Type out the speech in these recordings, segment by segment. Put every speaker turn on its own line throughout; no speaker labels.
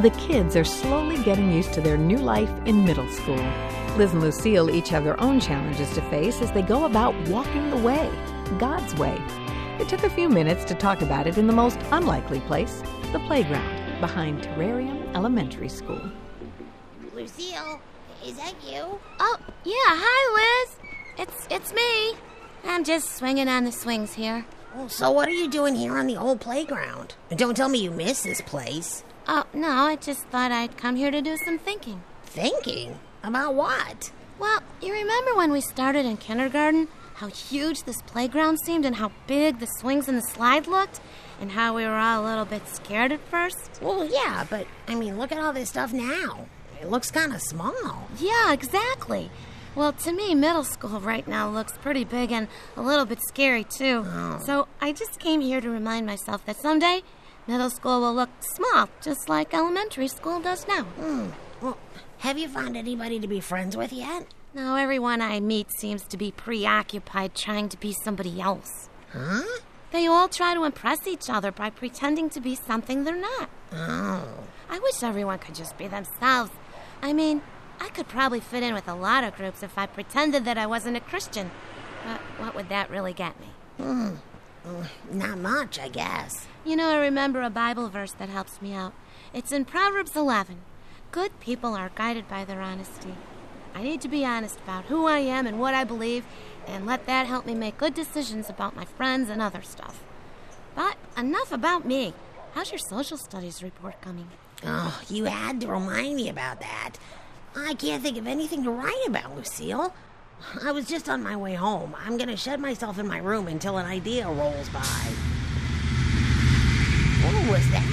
The kids are slowly getting used to their new life in middle school. Liz and Lucille each have their own challenges to face as they go about walking the way, God's way. It took a few minutes to talk about it in the most unlikely place, the playground, behind Terrarium Elementary School.
Lucille, is that you? Oh, yeah. Hi, Liz. It's it's me.
I'm just swinging on the swings here.
Oh, so what are you doing here on the old playground? And don't tell me you miss this place.
Oh, no, I just thought I'd come here to do some thinking.
Thinking about what?
Well, you remember when we started in kindergarten? How huge this playground seemed, and how big the swings and the slide looked, and how we were all a little bit scared at first?
Well, yeah, but I mean, look at all this stuff now. It looks kind of small.
Yeah, exactly. Well, to me, middle school right now looks pretty big and a little bit scary, too. So I just came here to remind myself that someday middle school will look small, just like elementary school does now.
Well, have you found anybody to be friends with yet?
Now, everyone I meet seems to be preoccupied trying to be somebody else.
Huh?
They all try to impress each other by pretending to be something they're not.
Oh.
I wish everyone could just be themselves. I mean, I could probably fit in with a lot of groups if I pretended that I wasn't a Christian. But what would that really get me?
Not much, I guess.
You know, I remember a Bible verse that helps me out. It's in Proverbs 11. Good people are guided by their honesty. I need to be honest about who I am and what I believe, and let that help me make good decisions about my friends and other stuff. But enough about me. How's your social studies report coming?
Oh, you had to remind me about that. I can't think of anything to write about, Lucille. I was just on my way home. I'm going to shut myself in my room until an idea rolls by. What was that?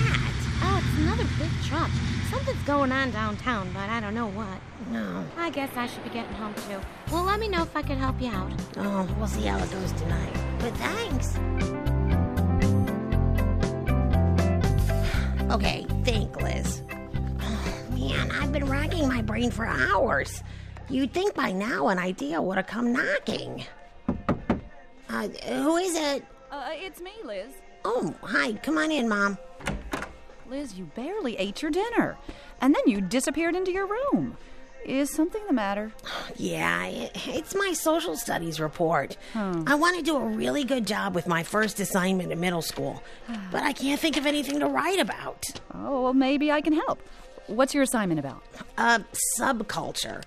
Oh, it's another big truck. Something's going on downtown, but I don't know what.
No.
I guess I should be getting home too. Well, let me know if I can help you out.
Oh, we'll see how it goes tonight. But thanks. Okay, think, Liz. man, I've been racking my brain for hours. You'd think by now an idea would have come knocking. Uh, who is it?
Uh, it's me, Liz.
Oh, hi. Come on in, Mom.
Liz, you barely ate your dinner, and then you disappeared into your room. Is something the matter?
Yeah, it, it's my social studies report. I want to do a really good job with my first assignment in middle school, but I can't think of anything to write about.
Oh, well, maybe I can help. What's your assignment about?
a um, subculture.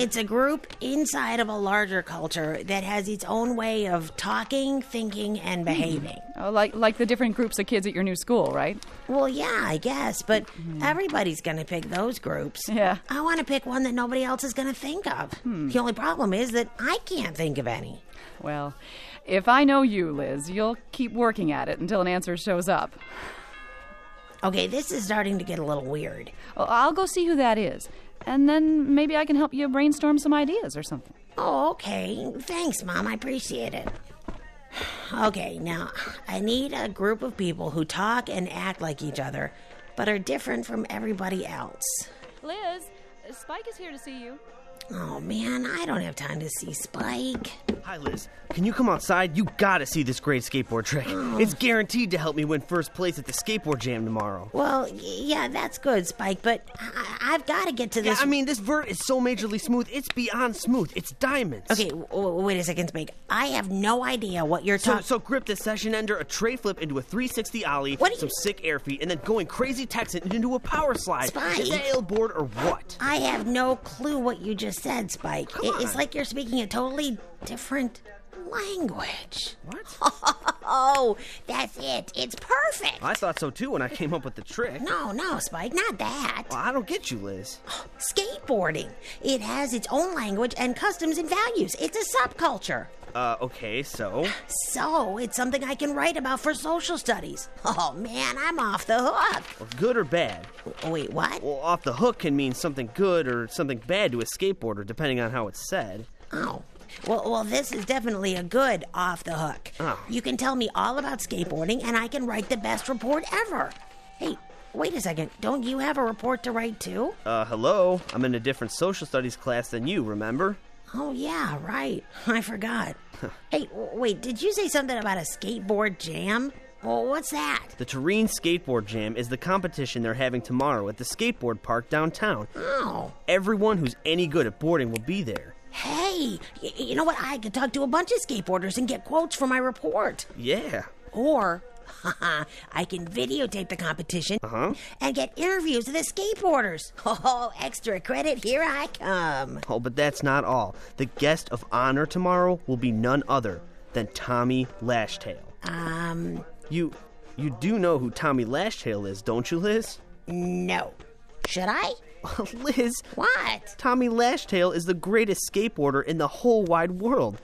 It's a group inside of a larger culture that has its own way of talking, thinking, and behaving.
Oh, like like the different groups of kids at your new school, right?
Well, yeah, I guess, but everybody's going to pick those groups.
Yeah.
I want to pick one that nobody else is going to think of. The only problem is that I can't think of any.
Well, if I know you, Liz, you'll keep working at it until an answer shows up.
Okay, this is starting to get a little weird.
Well, I'll go see who that is, and then maybe I can help you brainstorm some ideas or something.
Oh, okay. Thanks, Mom. I appreciate it. Okay, now I need a group of people who talk and act like each other, but are different from everybody else.
Liz, Spike is here to see you.
Oh man, I don't have time to see Spike.
Hi, Liz. Can you come outside? You gotta see this great skateboard trick. It's guaranteed to help me win first place at the skateboard jam tomorrow.
Well, y- yeah, that's good, Spike, but I- I've got to get to
Yeah,
this.
I mean, this vert is so majorly smooth, it's beyond smooth. It's diamonds.
okay, w- w- wait a second, Spike. I have no idea what you're
So,
talking.
so grip the session ender, a tray flip into a 360 ollie,
What are you-
some sick air feet, and then going crazy Texan into a power slide.
Spike.
Is that board or what?
I have no clue what you just said, Spike. It- It's like you're speaking a totally different language. What? Oh, that's it. It's perfect.
I thought so too when I came up with the trick.
No, no, Spike, not that.
Well, I don't get you, Liz.
Skateboarding. It has its own language and customs and values. It's a subculture.
Uh, okay, so.
So, it's something I can write about for social studies. Oh man, I'm off the hook.
Well, good or bad?
Wait, what?
Well, off the hook can mean something good or something bad to a skateboarder, depending on how it's said.
Oh. Well, well, this is definitely a good off the hook.
Oh.
You can tell me all about skateboarding, and I can write the best report ever. Hey, wait a second. Don't you have a report to write too?
Uh, hello? I'm in a different social studies class than you, remember?
oh, yeah, right. I forgot. hey, w- wait, did you say something about a skateboard jam? Well, what's that?
The Terrain Skateboard Jam is the competition they're having tomorrow at the skateboard park downtown.
Oh.
Everyone who's any good at boarding will be there.
Hey, y- you know what? I could talk to a bunch of skateboarders and get quotes for my report.
Yeah.
Or, I can videotape the competition and get interviews of the skateboarders. Oh, extra credit, here I come.
Oh, but that's not all. The guest of honor tomorrow will be none other than Tommy Lashtail.
Um,
You you do know who Tommy Lashtail is, don't you, Liz?
no. Should I?
Liz,
What?
Tommy Lashtail is the greatest skateboarder in the whole wide world.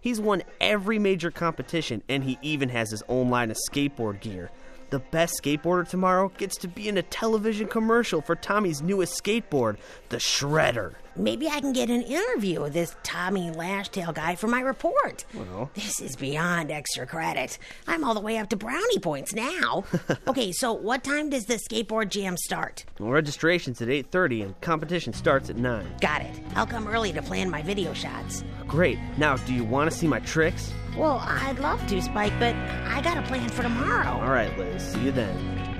He's won every major competition, and he even has his own line of skateboard gear. The best skateboarder tomorrow gets to be in a television commercial for Tommy's newest skateboard, the Shredder.
Maybe I can get an interview of this Tommy Lashtail guy for my report. Well, this is beyond extra credit. I'm all the way up to brownie points now. okay, so what time does the skateboard jam start?
Registration's at 8:30 and competition starts at 9.
Got it. I'll come early to plan my video shots.
Great. Now, do you want to see my tricks?
Well, I'd love to, Spike, but I got a plan for tomorrow.
All right, Liz. See you then.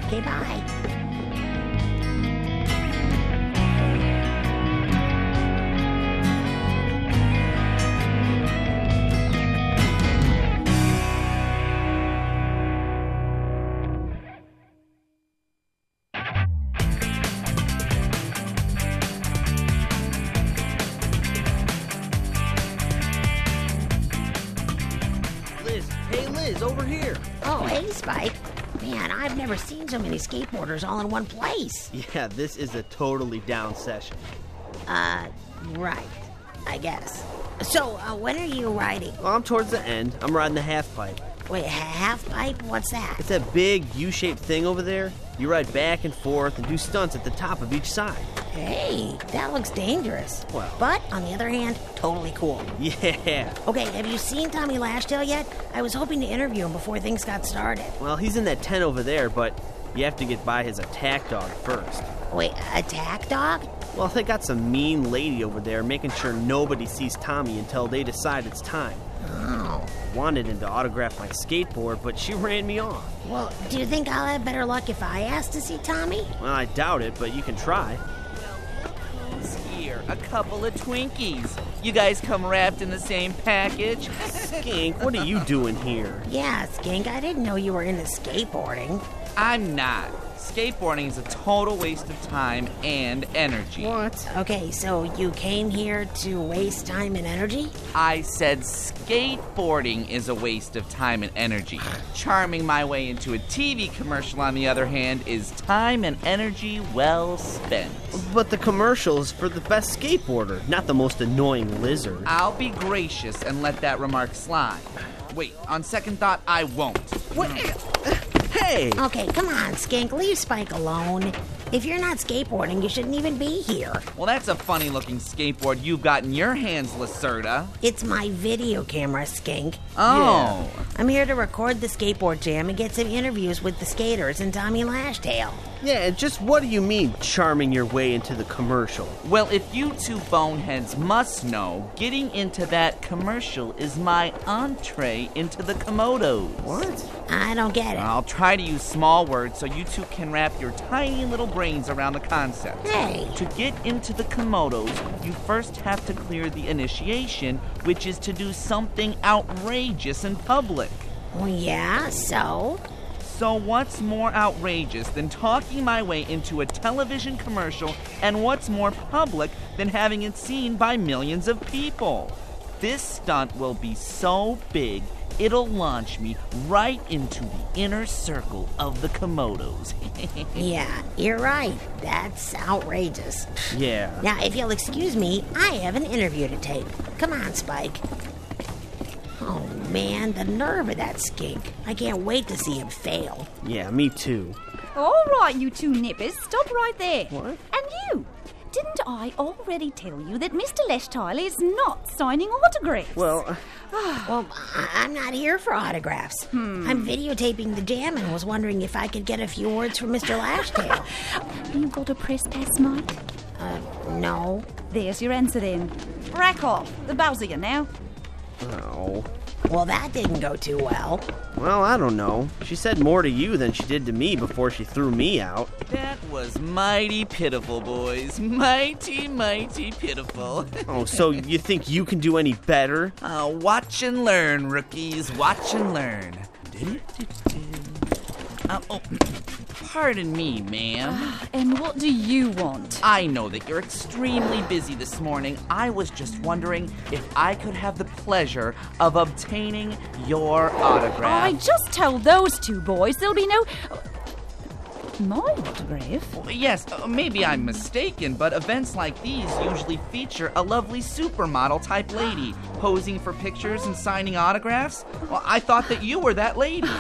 Okay, bye.
Liz, hey Liz, over here.
Oh, hey, Spike. Man, I've never seen so many skateboarders all in one place.
Yeah, this is a totally down session.
Uh, Right, I guess. So, uh, when are you riding?
Well, I'm towards the end. I'm riding the half pipe.
Wait, half pipe? What's that?
It's that big U-shaped thing over there. You ride back and forth and do stunts at the top of each side.
Hey, that looks dangerous.
Well-
But, on the other hand, totally cool.
Yeah.
Okay, have you seen Tommy Lashtail yet? I was hoping to interview him before things got started.
Well, he's in that tent over there, but you have to get by his attack dog first.
Wait, attack dog?
Well, they got some mean lady over there making sure nobody sees Tommy until they decide it's time. Wanted him to autograph my skateboard, but she ran me off.
Well, do you think I'll have better luck if I ask to see Tommy?
Well, I doubt it, but you can try.
Here, a couple of Twinkies. You guys come wrapped in the same package?
Skink, what are you doing here?
Yeah, Skink, I didn't know you were into skateboarding.
I'm not. Skateboarding is a total waste of time and energy.
What?
Okay, so you came here to waste time and energy?
I said skateboarding is a waste of time and energy. Charming my way into a TV commercial, on the other hand, is time and energy well spent.
But the commercials for the best skateboarder, not the most annoying lizard.
I'll be gracious and let that remark slide. Wait, on second thought, I won't.
What? Hey!
Okay, come on, Skink, leave Spike alone. If you're not skateboarding, you shouldn't even be here.
Well, that's a funny looking skateboard you've got in your hands, Lacerda.
It's my video camera, Skink.
Oh.
I'm here to record the skateboard jam and get some interviews with the skaters and Tommy Lashtail.
Yeah, and just what do you mean charming your way into the commercial?
Well, if you two boneheads must know, getting into that commercial is my entree into the Komodos.
What?
I don't get it.
I'll try to use small words so you two can wrap your tiny little brains around the concept.
Hey.
To get into the Komodos, you first have to clear the initiation, which is to do something outrageous in public.
Well, yeah, so?
So, what's more outrageous than talking my way into a television commercial, and what's more public than having it seen by millions of people? This stunt will be so big, it'll launch me right into the inner circle of the Komodos.
Yeah, you're right. That's outrageous.
Yeah.
Now, if you'll excuse me, I have an interview to take. Come on, Spike. Oh, man, the nerve of that skink. I can't wait to see him fail.
Yeah, me too.
All right, you two nippers, stop right there. What? And you. Didn't I already tell you that Mr. Leshtiler is not signing autographs?
Well,
Well, I- I'm not here for autographs. I'm videotaping the jam and was wondering if I could get a few words from Mr. Lashtail.
you got a press pass, Mike?
uh, no.
There's your answer then. Rack off. The bows are you now.
oh.
Well, that didn't go too well.
Well, I don't know. She said more to you than she did to me before she threw me out.
that was mighty pitiful, boys. Mighty, mighty pitiful.
Oh, so you think you can do any better?
Uh, watch and learn, rookies. Watch and learn. Uh, oh, pardon me, ma'am.
And what do you want?
I know that you're extremely busy this morning. I was just wondering if I could have the pleasure of obtaining your autograph.
I just told those two boys there'll be no. uh, My autograph?
Yes, uh, maybe I'm mistaken, but events like these usually feature a lovely supermodel type lady posing for pictures and signing autographs. Well, I thought that you were that lady.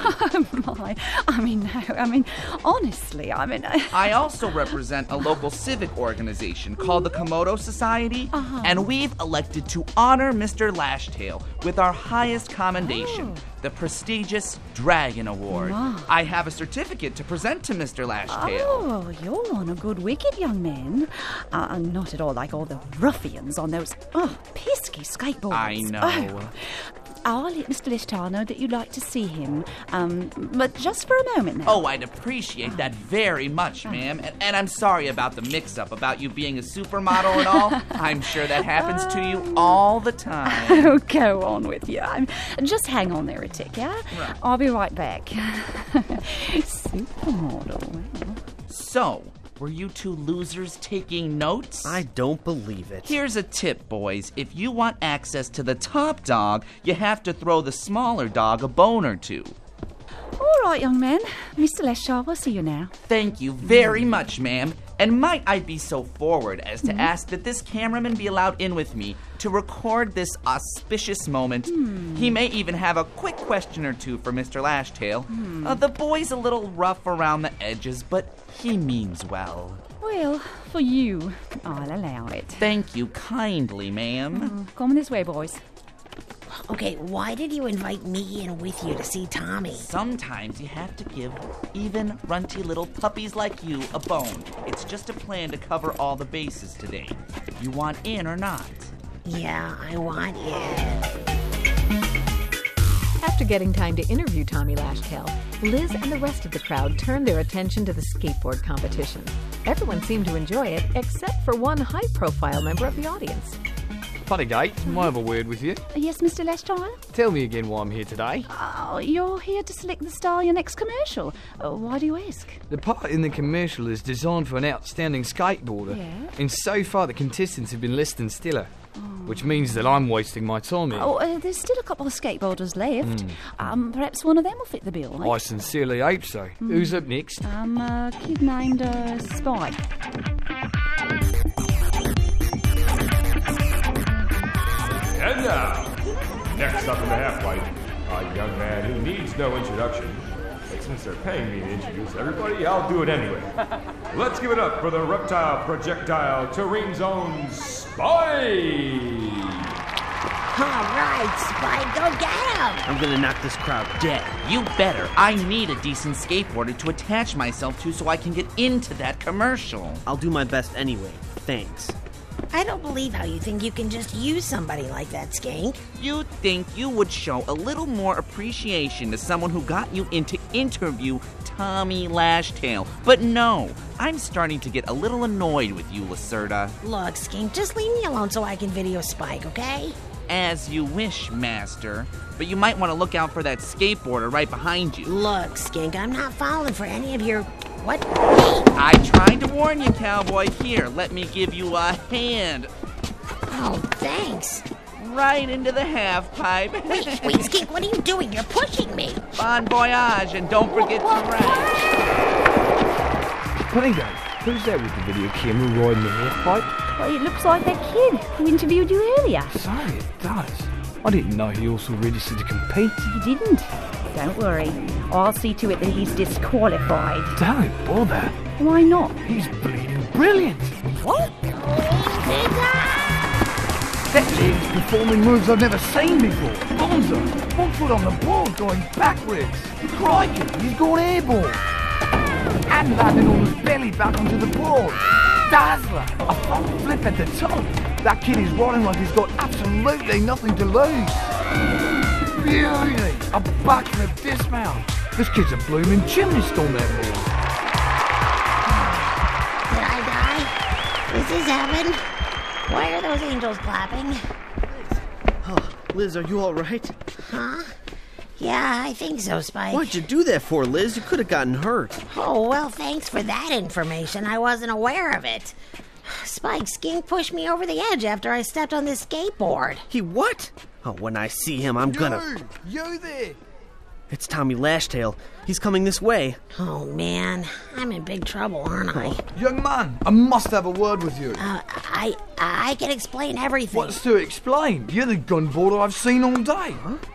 My. I mean, no. I mean, honestly, I mean.
I also represent a local civic organization called the Komodo Society, and we've elected to honor Mr. Lashtail with our highest commendation, the prestigious Dragon Award. I have a certificate to present to Mr. Lashtail.
Oh, you're on a good wicket, young man. Uh, not at all like all the ruffians on those oh, pesky skateboards.
I know.
Oh. I'll let Mr. Lishtar know that you'd like to see him, um, but just for a moment now.
Oh, I'd appreciate that very much, ma'am. And, and I'm sorry about the mix up about you being a supermodel and all. I'm sure that happens to you all the time.
Oh, go on with you. I'm, just hang on there a tick, yeah? I'll be right back. Supermodel. wow.
So, were you two losers taking notes?
I don't believe it.
Here's a tip, boys. If you want access to the top dog, you have to throw the smaller dog a bone or two.
All right, young man. Mr. Leshtar, we'll see you now.
Thank you very much, ma'am. And might I be so forward as to ask that this cameraman be allowed in with me to record this auspicious moment? He may even have a quick question or two for Mr. Lashtail. Uh, the boy's a little rough around the edges, but he means well.
Well, for you, I'll allow it.
Thank you kindly, ma'am.
Come this way, boys.
Okay, why did you invite me in with you to see Tommy?
Sometimes you have to give even runty little puppies like you a bone. It's just a plan to cover all the bases today. You want in or not?
Yeah, I want you.
After getting time to interview Tommy Lashtail, Liz and the rest of the crowd turned their attention to the skateboard competition. Everyone seemed to enjoy it, except for one high profile member of the audience.
Funnygate, may I have a word with you?
Yes, Mr. Lashtar?
Tell me again why I'm here today.
Oh, you're here to select the star of your next commercial. Uh, why do you ask?
The part in the commercial is designed for an outstanding skateboarder,
Yeah.
and so far the contestants have been less than stellar, which means that I'm wasting my time here.
Oh, uh, there's still a couple of skateboarders left. Um, perhaps one of them will fit the bill.
I sincerely hope so. Who's up next?
Um, a kid named uh, Spike.
And now, next up in the half light, a young man who needs no introduction. But since they're paying me to introduce everybody, I'll do it anyway. Let's give it up for the reptile projectile, Turene's own Spy!
All right, Like, go get him!
I'm gonna knock this crowd dead.
You better. I need a decent skateboarder to attach myself to so I can get into that commercial.
I'll do my best anyway. Thanks.
I don't believe how you think you can just use somebody like that, Skank.
You'd think you would show a little more appreciation to someone who got you into interview Tommy Lashtail. But no, I'm starting to get a little annoyed with you, Lacerda.
Look, Skank, just leave me alone so I can video Spike, okay?
As you wish, Master. But you might want to look out for that skateboarder right behind you.
Look, Skink, I'm not falling for any of your. What?
I tried to warn you, cowboy. Here, let me give you a hand.
Oh, thanks.
Right into the half pipe.
Wait, Skink, what are you doing? You're pushing me.
bon voyage, and don't forget to rest.
Gringo, who's that with the video camera riding the halfpipe?
Well, it looks like that kid who interviewed you earlier.
Sorry, it does. I didn't know he also registered to compete.
He didn't.
Don't worry. I'll see to it that he's disqualified.
Don't bother.
Why not?
He's bleeding brilliant. That lady's performing moves I've never seen before. Bonzo, one foot on the board going backwards. Crikey, he's gone airborne. And landed on his belly back onto the board. Dazzler, a front flip at the top. That kid is riding like he's got absolutely nothing to lose. Beauty, a backflip dismount. This kid's a blooming gymnast on that board.
Did I die? Is this heaven? Why are those angels clapping?
Liz, are you alright?
Yeah, I think so, Spike.
Why'd you do that for, Liz? You could have gotten hurt.
Oh, well, thanks for that information. I wasn't aware of it. Spike, Skink pushed me over the edge after I stepped on this skateboard.
He what? Oh, when I see him, I'm gonna.
You there!
It's Tommy Lashtail. He's coming this way.
Oh, man. I'm in big trouble, aren't I?
Young man, I must have a word with you.
Uh, I I can explain everything.
What's to explain? You're the gun boarder I've seen all day.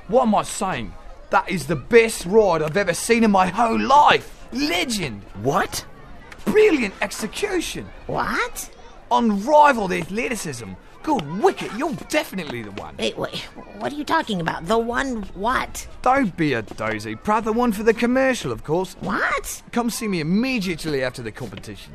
What am I saying? That is the best ride I've ever seen in my whole life. Legend.
What?
Brilliant execution.
What?
Unrivaled athleticism. Good wicket, you're definitely the one.
Wait, wait, what are you talking about? The one what?
Don't be a dozy. Proud the one for the commercial, of course.
What?
Come see me immediately after the competition.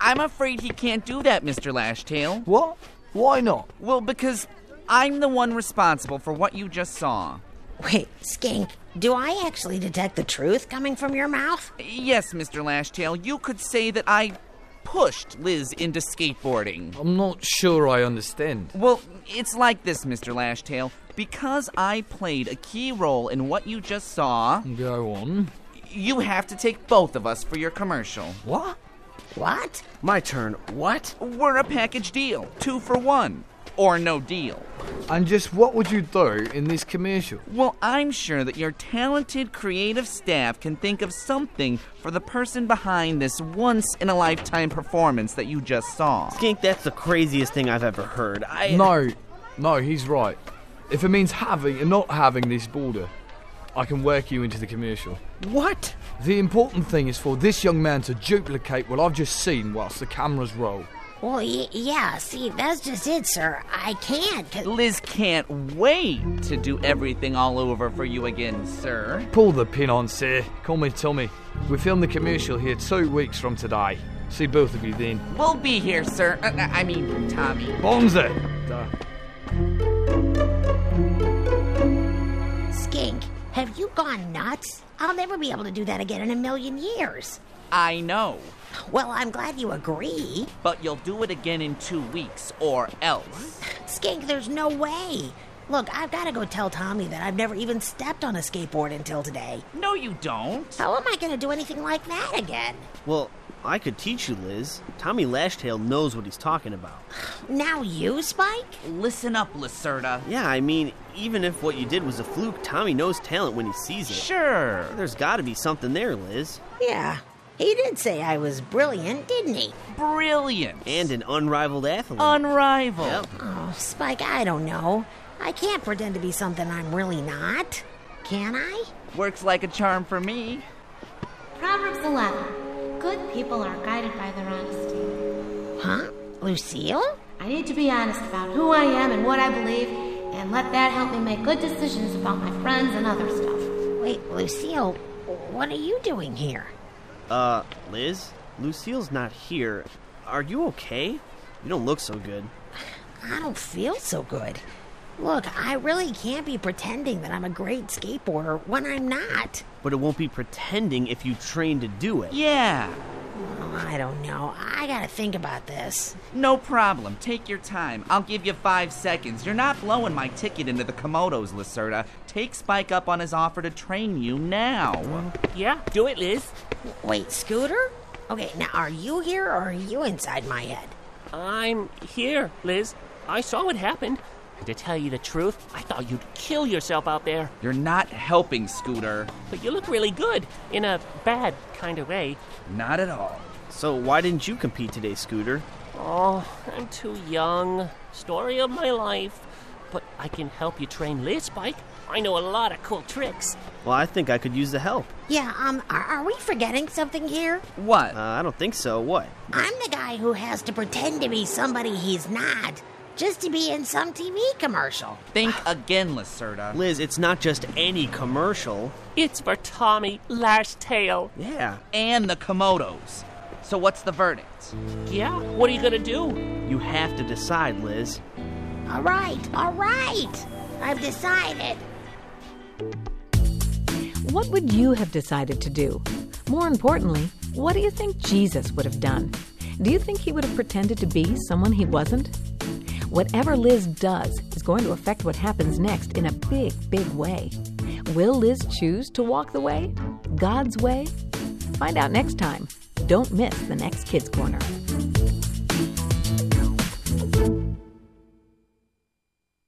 I'm afraid he can't do that, Mr. Lashtail.
What? Why not?
Well, because I'm the one responsible for what you just saw.
Wait, Skink, do I actually detect the truth coming from your mouth?
Yes, Mr. Lashtail, you could say that I pushed Liz into skateboarding.
I'm not sure I understand.
Well, it's like this, Mr. Lashtail. Because I played a key role in what you just saw,
Go on.
you have to take both of us for your commercial.
What?
What?
My turn. What?
We're a package deal, two for one, or no deal.
And just what would you do in this commercial?
Well, I'm sure that your talented creative staff can think of something for the person behind this once in a lifetime performance that you just saw.
Skink, that's the craziest thing I've ever heard. I.
No, no, he's right. If it means having and not having this border, I can work you into the commercial.
What?
The important thing is for this young man to duplicate what I've just seen whilst the cameras roll.
Well, y- yeah, see, that's just it, sir. I can't. 'cause-
Liz can't wait to do everything all over for you again, sir.
Pull the pin on, sir. Call me Tommy. We film the commercial here two weeks from today. See both of you then.
We'll be here, sir. Uh, uh, I mean, Tommy.
Bonza!
Skink, have you gone nuts? I'll never be able to do that again in a million years.
I know,
Well, I'm glad you agree.
but you'll do it again in two weeks, or else.
Skink, there's no way. Look, I've got to go tell Tommy that I've never even stepped on a skateboard until today.
No, you don't.
How am I going to do anything like that again?
Well, I could teach you, Liz. Tommy Lashtail knows what he's talking about.
Now you, Spike?
Listen up, Lacerda.
Yeah, I mean, even if what you did was a fluke, Tommy knows talent when he sees it.
Sure.
There's gotta be something there, Liz.
Yeah. He did say I was brilliant, didn't he?
Brilliant.
And an unrivaled athlete.
unrivaled.
Yep.
Oh, Spike, I don't know. I can't pretend to be something I'm really not. Can I?
Works like a charm for me.
Proverbs 11. Good people are guided by their honesty.
Huh? Lucille?
I need to be honest about who I am and what I believe and let that help me make good decisions about my friends and other stuff.
Wait, Lucille, what are you doing here?
Uh, Liz? Lucille's not here. Are you okay? You don't look so good.
I don't feel so good. Look, I really can't be pretending that I'm a great skateboarder when I'm not.
But it won't be pretending if you train to do it.
Yeah,
Oh, I don't know. I gotta think about this.
no problem. Take your time. I'll give you five seconds. You're not blowing my ticket into the Komodos, Lacerda. Take Spike up on his offer to train you now.
Yeah, do it, Liz.
Wait, Scooter? Okay, now are you here or are you inside my head?
I'm here, Liz. I saw what happened. And to tell you the truth, I thought you'd kill yourself out there.
You're not helping, Scooter.
But you look really good, in a bad kind of way.
Not at all.
So why didn't you compete today, Scooter?
Oh, I'm too young. Story of my life. But I can help you train Liz, Spike. I know a lot of cool tricks.
Well, I think I could use the help.
Yeah, um, are, are we forgetting something here?
What?
Uh, I don't think so. What?
I'm the guy who has to pretend to be somebody he's not just to be in some TV commercial.
Think again, Lacerda.
Liz, it's not just any commercial.
It's for Tommy Lash Tail.
Yeah.
and the Komodos. So what's the verdict?
Yeah, what are you gonna do?
You have to decide, Liz.
All right, all right. I've decided.
What would you have decided to do? More importantly, what do you think Jesus would have done? Do you think he would have pretended to be someone he wasn't? Whatever Liz does is going to affect what happens next in a big, big way. Will Liz choose to walk the way? God's way? Find out next time. Don't miss the next Kids Corner.